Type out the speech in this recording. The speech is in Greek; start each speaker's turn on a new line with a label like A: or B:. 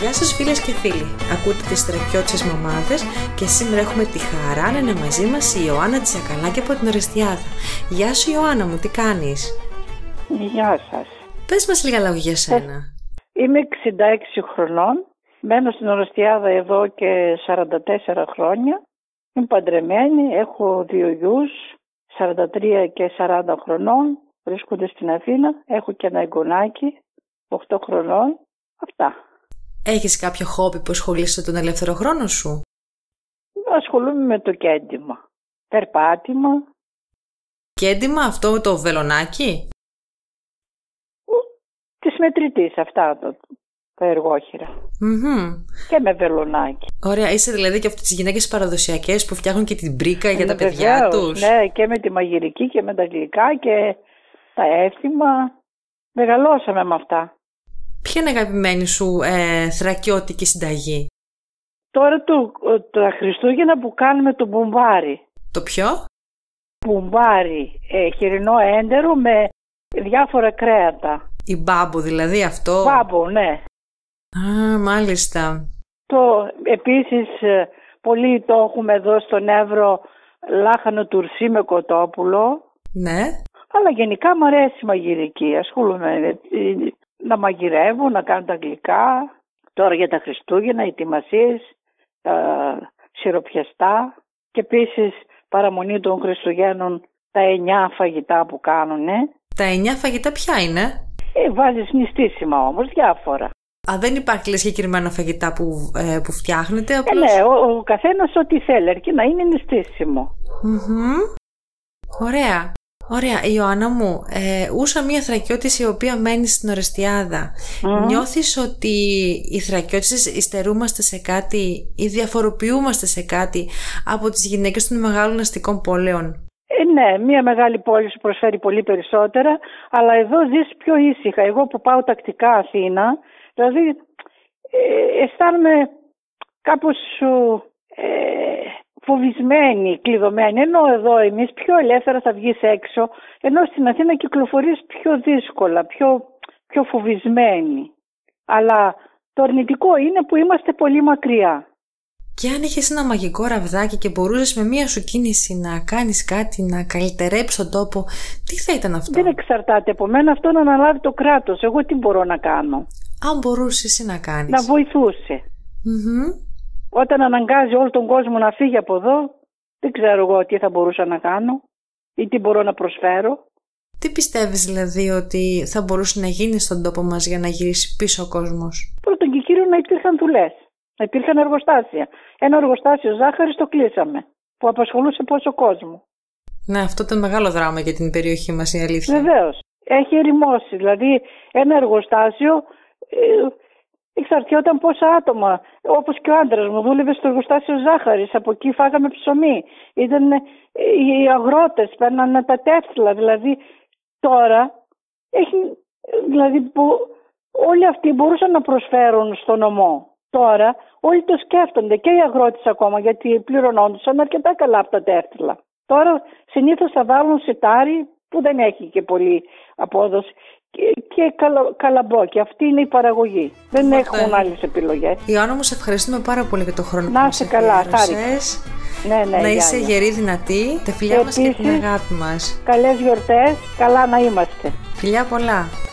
A: Γεια σας φίλες και φίλοι, ακούτε τις στρατιώτσες μαμάδες και σήμερα έχουμε τη χαρά να είναι μαζί μας η Ιωάννα Τσακαλάκη από την Ορεστιάδα. Γεια σου Ιωάννα μου, τι κάνεις?
B: Γεια σας.
A: Πες μας λίγα λόγια για σένα.
B: Είμαι 66 χρονών. Μένω στην Ορεστιάδα εδώ και 44 χρόνια. Είμαι παντρεμένη, έχω δύο γιους, 43 και 40 χρονών. Βρίσκονται στην Αθήνα. Έχω και ένα εγγονάκι, 8 χρονών. Αυτά.
A: Έχεις κάποιο χόμπι που ασχολείσαι τον ελεύθερο χρόνο σου?
B: Ασχολούμαι με το κέντημα. Περπάτημα.
A: Κέντημα αυτό το βελονάκι?
B: Της μετρητής αυτά το, τα εργόχειρα.
A: Μμμ.
B: Και με βελονάκι.
A: Ωραία, είσαι δηλαδή και από τις γυναίκες παραδοσιακές που φτιάχνουν και την μπρίκα Ε, για τα
B: Ναι,
A: παιδιά
B: βεβαίως,
A: τους.
B: Ναι, και με τη μαγειρική και με τα γλυκά και τα έθιμα. Μεγαλώσαμε με αυτά.
A: Ποια είναι η αγαπημένη σου ε, θρακιώτικη συνταγή?
B: Τώρα το, τα Χριστούγεννα που κάνουμε το μπομπάρι.
A: Το ποιο?
B: Μπομπάρι, ε, χοιρινό έντερο με διάφορα κρέατα.
A: Η μπάμπο δηλαδή αυτό.
B: Μπάμπο, ναι.
A: Α, μάλιστα.
B: Το, επίσης, ε, πολύ το έχουμε εδώ στον Εύρο λάχανο τουρσί με κοτόπουλο.
A: Ναι.
B: Αλλά γενικά μου αρέσει η μαγειρική. Ασχολούμαι ε, ε, να μαγειρεύω, να κάνω τα γλυκά. Τώρα για τα Χριστούγεννα, ετοιμασίες, τα σιροπιαστά. Και επίσης παραμονή των Χριστουγέννων τα εννιά φαγητά που κάνουν. Ε,
A: Τα εννιά φαγητά ποια είναι?
B: ε βάζεις νηστίσιμα όμως, διάφορα.
A: Α, δεν υπάρχει λες συγκεκριμένα φαγητά που, ε, που φτιάχνετε.
B: Ε,
A: Απλώς...
B: ναι, ο, ο καθένας ό,τι θέλει, αρκεί να είναι νηστίσιμο.
A: Μμμ. Ωραία. Ωραία, Ιωάννα μου, ε, ούσα μία θρακιώτης η οποία μένει στην Ορεστιάδα.
B: Μμμ.
A: Νιώθεις ότι οι θρακιώτες υστερούμαστε σε κάτι ή διαφοροποιούμαστε σε κάτι από τις γυναίκες των μεγάλων αστικών πόλεων.
B: Ε, ναι, μια μεγάλη πόλη σου προσφέρει πολύ περισσότερα, αλλά εδώ ζεις πιο ήσυχα. Εγώ που πάω τακτικά Αθήνα, δηλαδή ε, αισθάνομαι κάπως σου, ε, φοβισμένη, κλειδωμένη. Ενώ εδώ εμείς πιο ελεύθερα θα βγεις έξω, ενώ στην Αθήνα κυκλοφορείς πιο δύσκολα, πιο, πιο φοβισμένη. Αλλά το αρνητικό είναι που είμαστε πολύ μακριά.
A: Και αν είχες ένα μαγικό ραβδάκι και μπορούσες με μία σου κίνηση να κάνεις κάτι, να καλυτερέψεις τον τόπο, τι θα ήταν αυτό.
B: Δεν εξαρτάται από μένα αυτό να αναλάβει το κράτος. Εγώ τι μπορώ να κάνω.
A: Αν μπορούσες εσύ να κάνεις.
B: να βοηθούσε.
A: Μμμ.
B: Όταν αναγκάζει όλο τον κόσμο να φύγει από εδώ, δεν ξέρω εγώ τι θα μπορούσα να κάνω ή τι μπορώ να προσφέρω.
A: Τι πιστεύεις δηλαδή ότι θα μπορούσε να γίνει στον τόπο μας για να γυρίσει πίσω ο κόσμος.
B: Πρώτον και κύριο να υπήρχαν δουλειές, να υπήρχαν εργοστάσια. Ένα εργοστάσιο ζάχαρη το κλείσαμε, που απασχολούσε πόσο κόσμο.
A: Ναι, αυτό ήταν μεγάλο δράμα για την περιοχή μας η αλήθεια.
B: Βεβαίως. Έχει ερημώσει. Δηλαδή, ένα εργοστάσιο ε, εξαρτιόταν πόσα άτομα. Όπως και ο άντρας μου δούλευε στο εργοστάσιο ζάχαρης. Από εκεί φάγαμε ψωμί. Ήταν ε, οι αγρότες, παίρνανε τα τέφλα. Δηλαδή, τώρα έχει. Δηλαδή, που όλοι αυτοί μπορούσαν να προσφέρουν στο νομό. Τώρα όλοι το σκέφτονται και οι αγρότες ακόμα γιατί πληρωνόντουσαν αρκετά καλά από τα τέφλα. Τώρα συνήθως θα βάλουν σιτάρι που δεν έχει και πολύ απόδοση και, και καλα, καλαμπόκι. Αυτή είναι η παραγωγή. Δεν
A: Αυτά
B: έχουν
A: είναι.
B: άλλες επιλογές.
A: Ιωάννα μου, σε ευχαριστούμε πάρα πολύ για το χρόνο
B: Να
A: που μας
B: είσαι καλά,
A: αφιέρωσες.
B: Ναι, ναι,
A: να είσαι
B: Γιάννη.
A: γερή, δυνατή. Τα φιλιά
B: Και
A: μας και την
B: επίσης-
A: αγάπη μας.
B: Καλές γιορτές, καλά να είμαστε.
A: Φιλιά πολλά.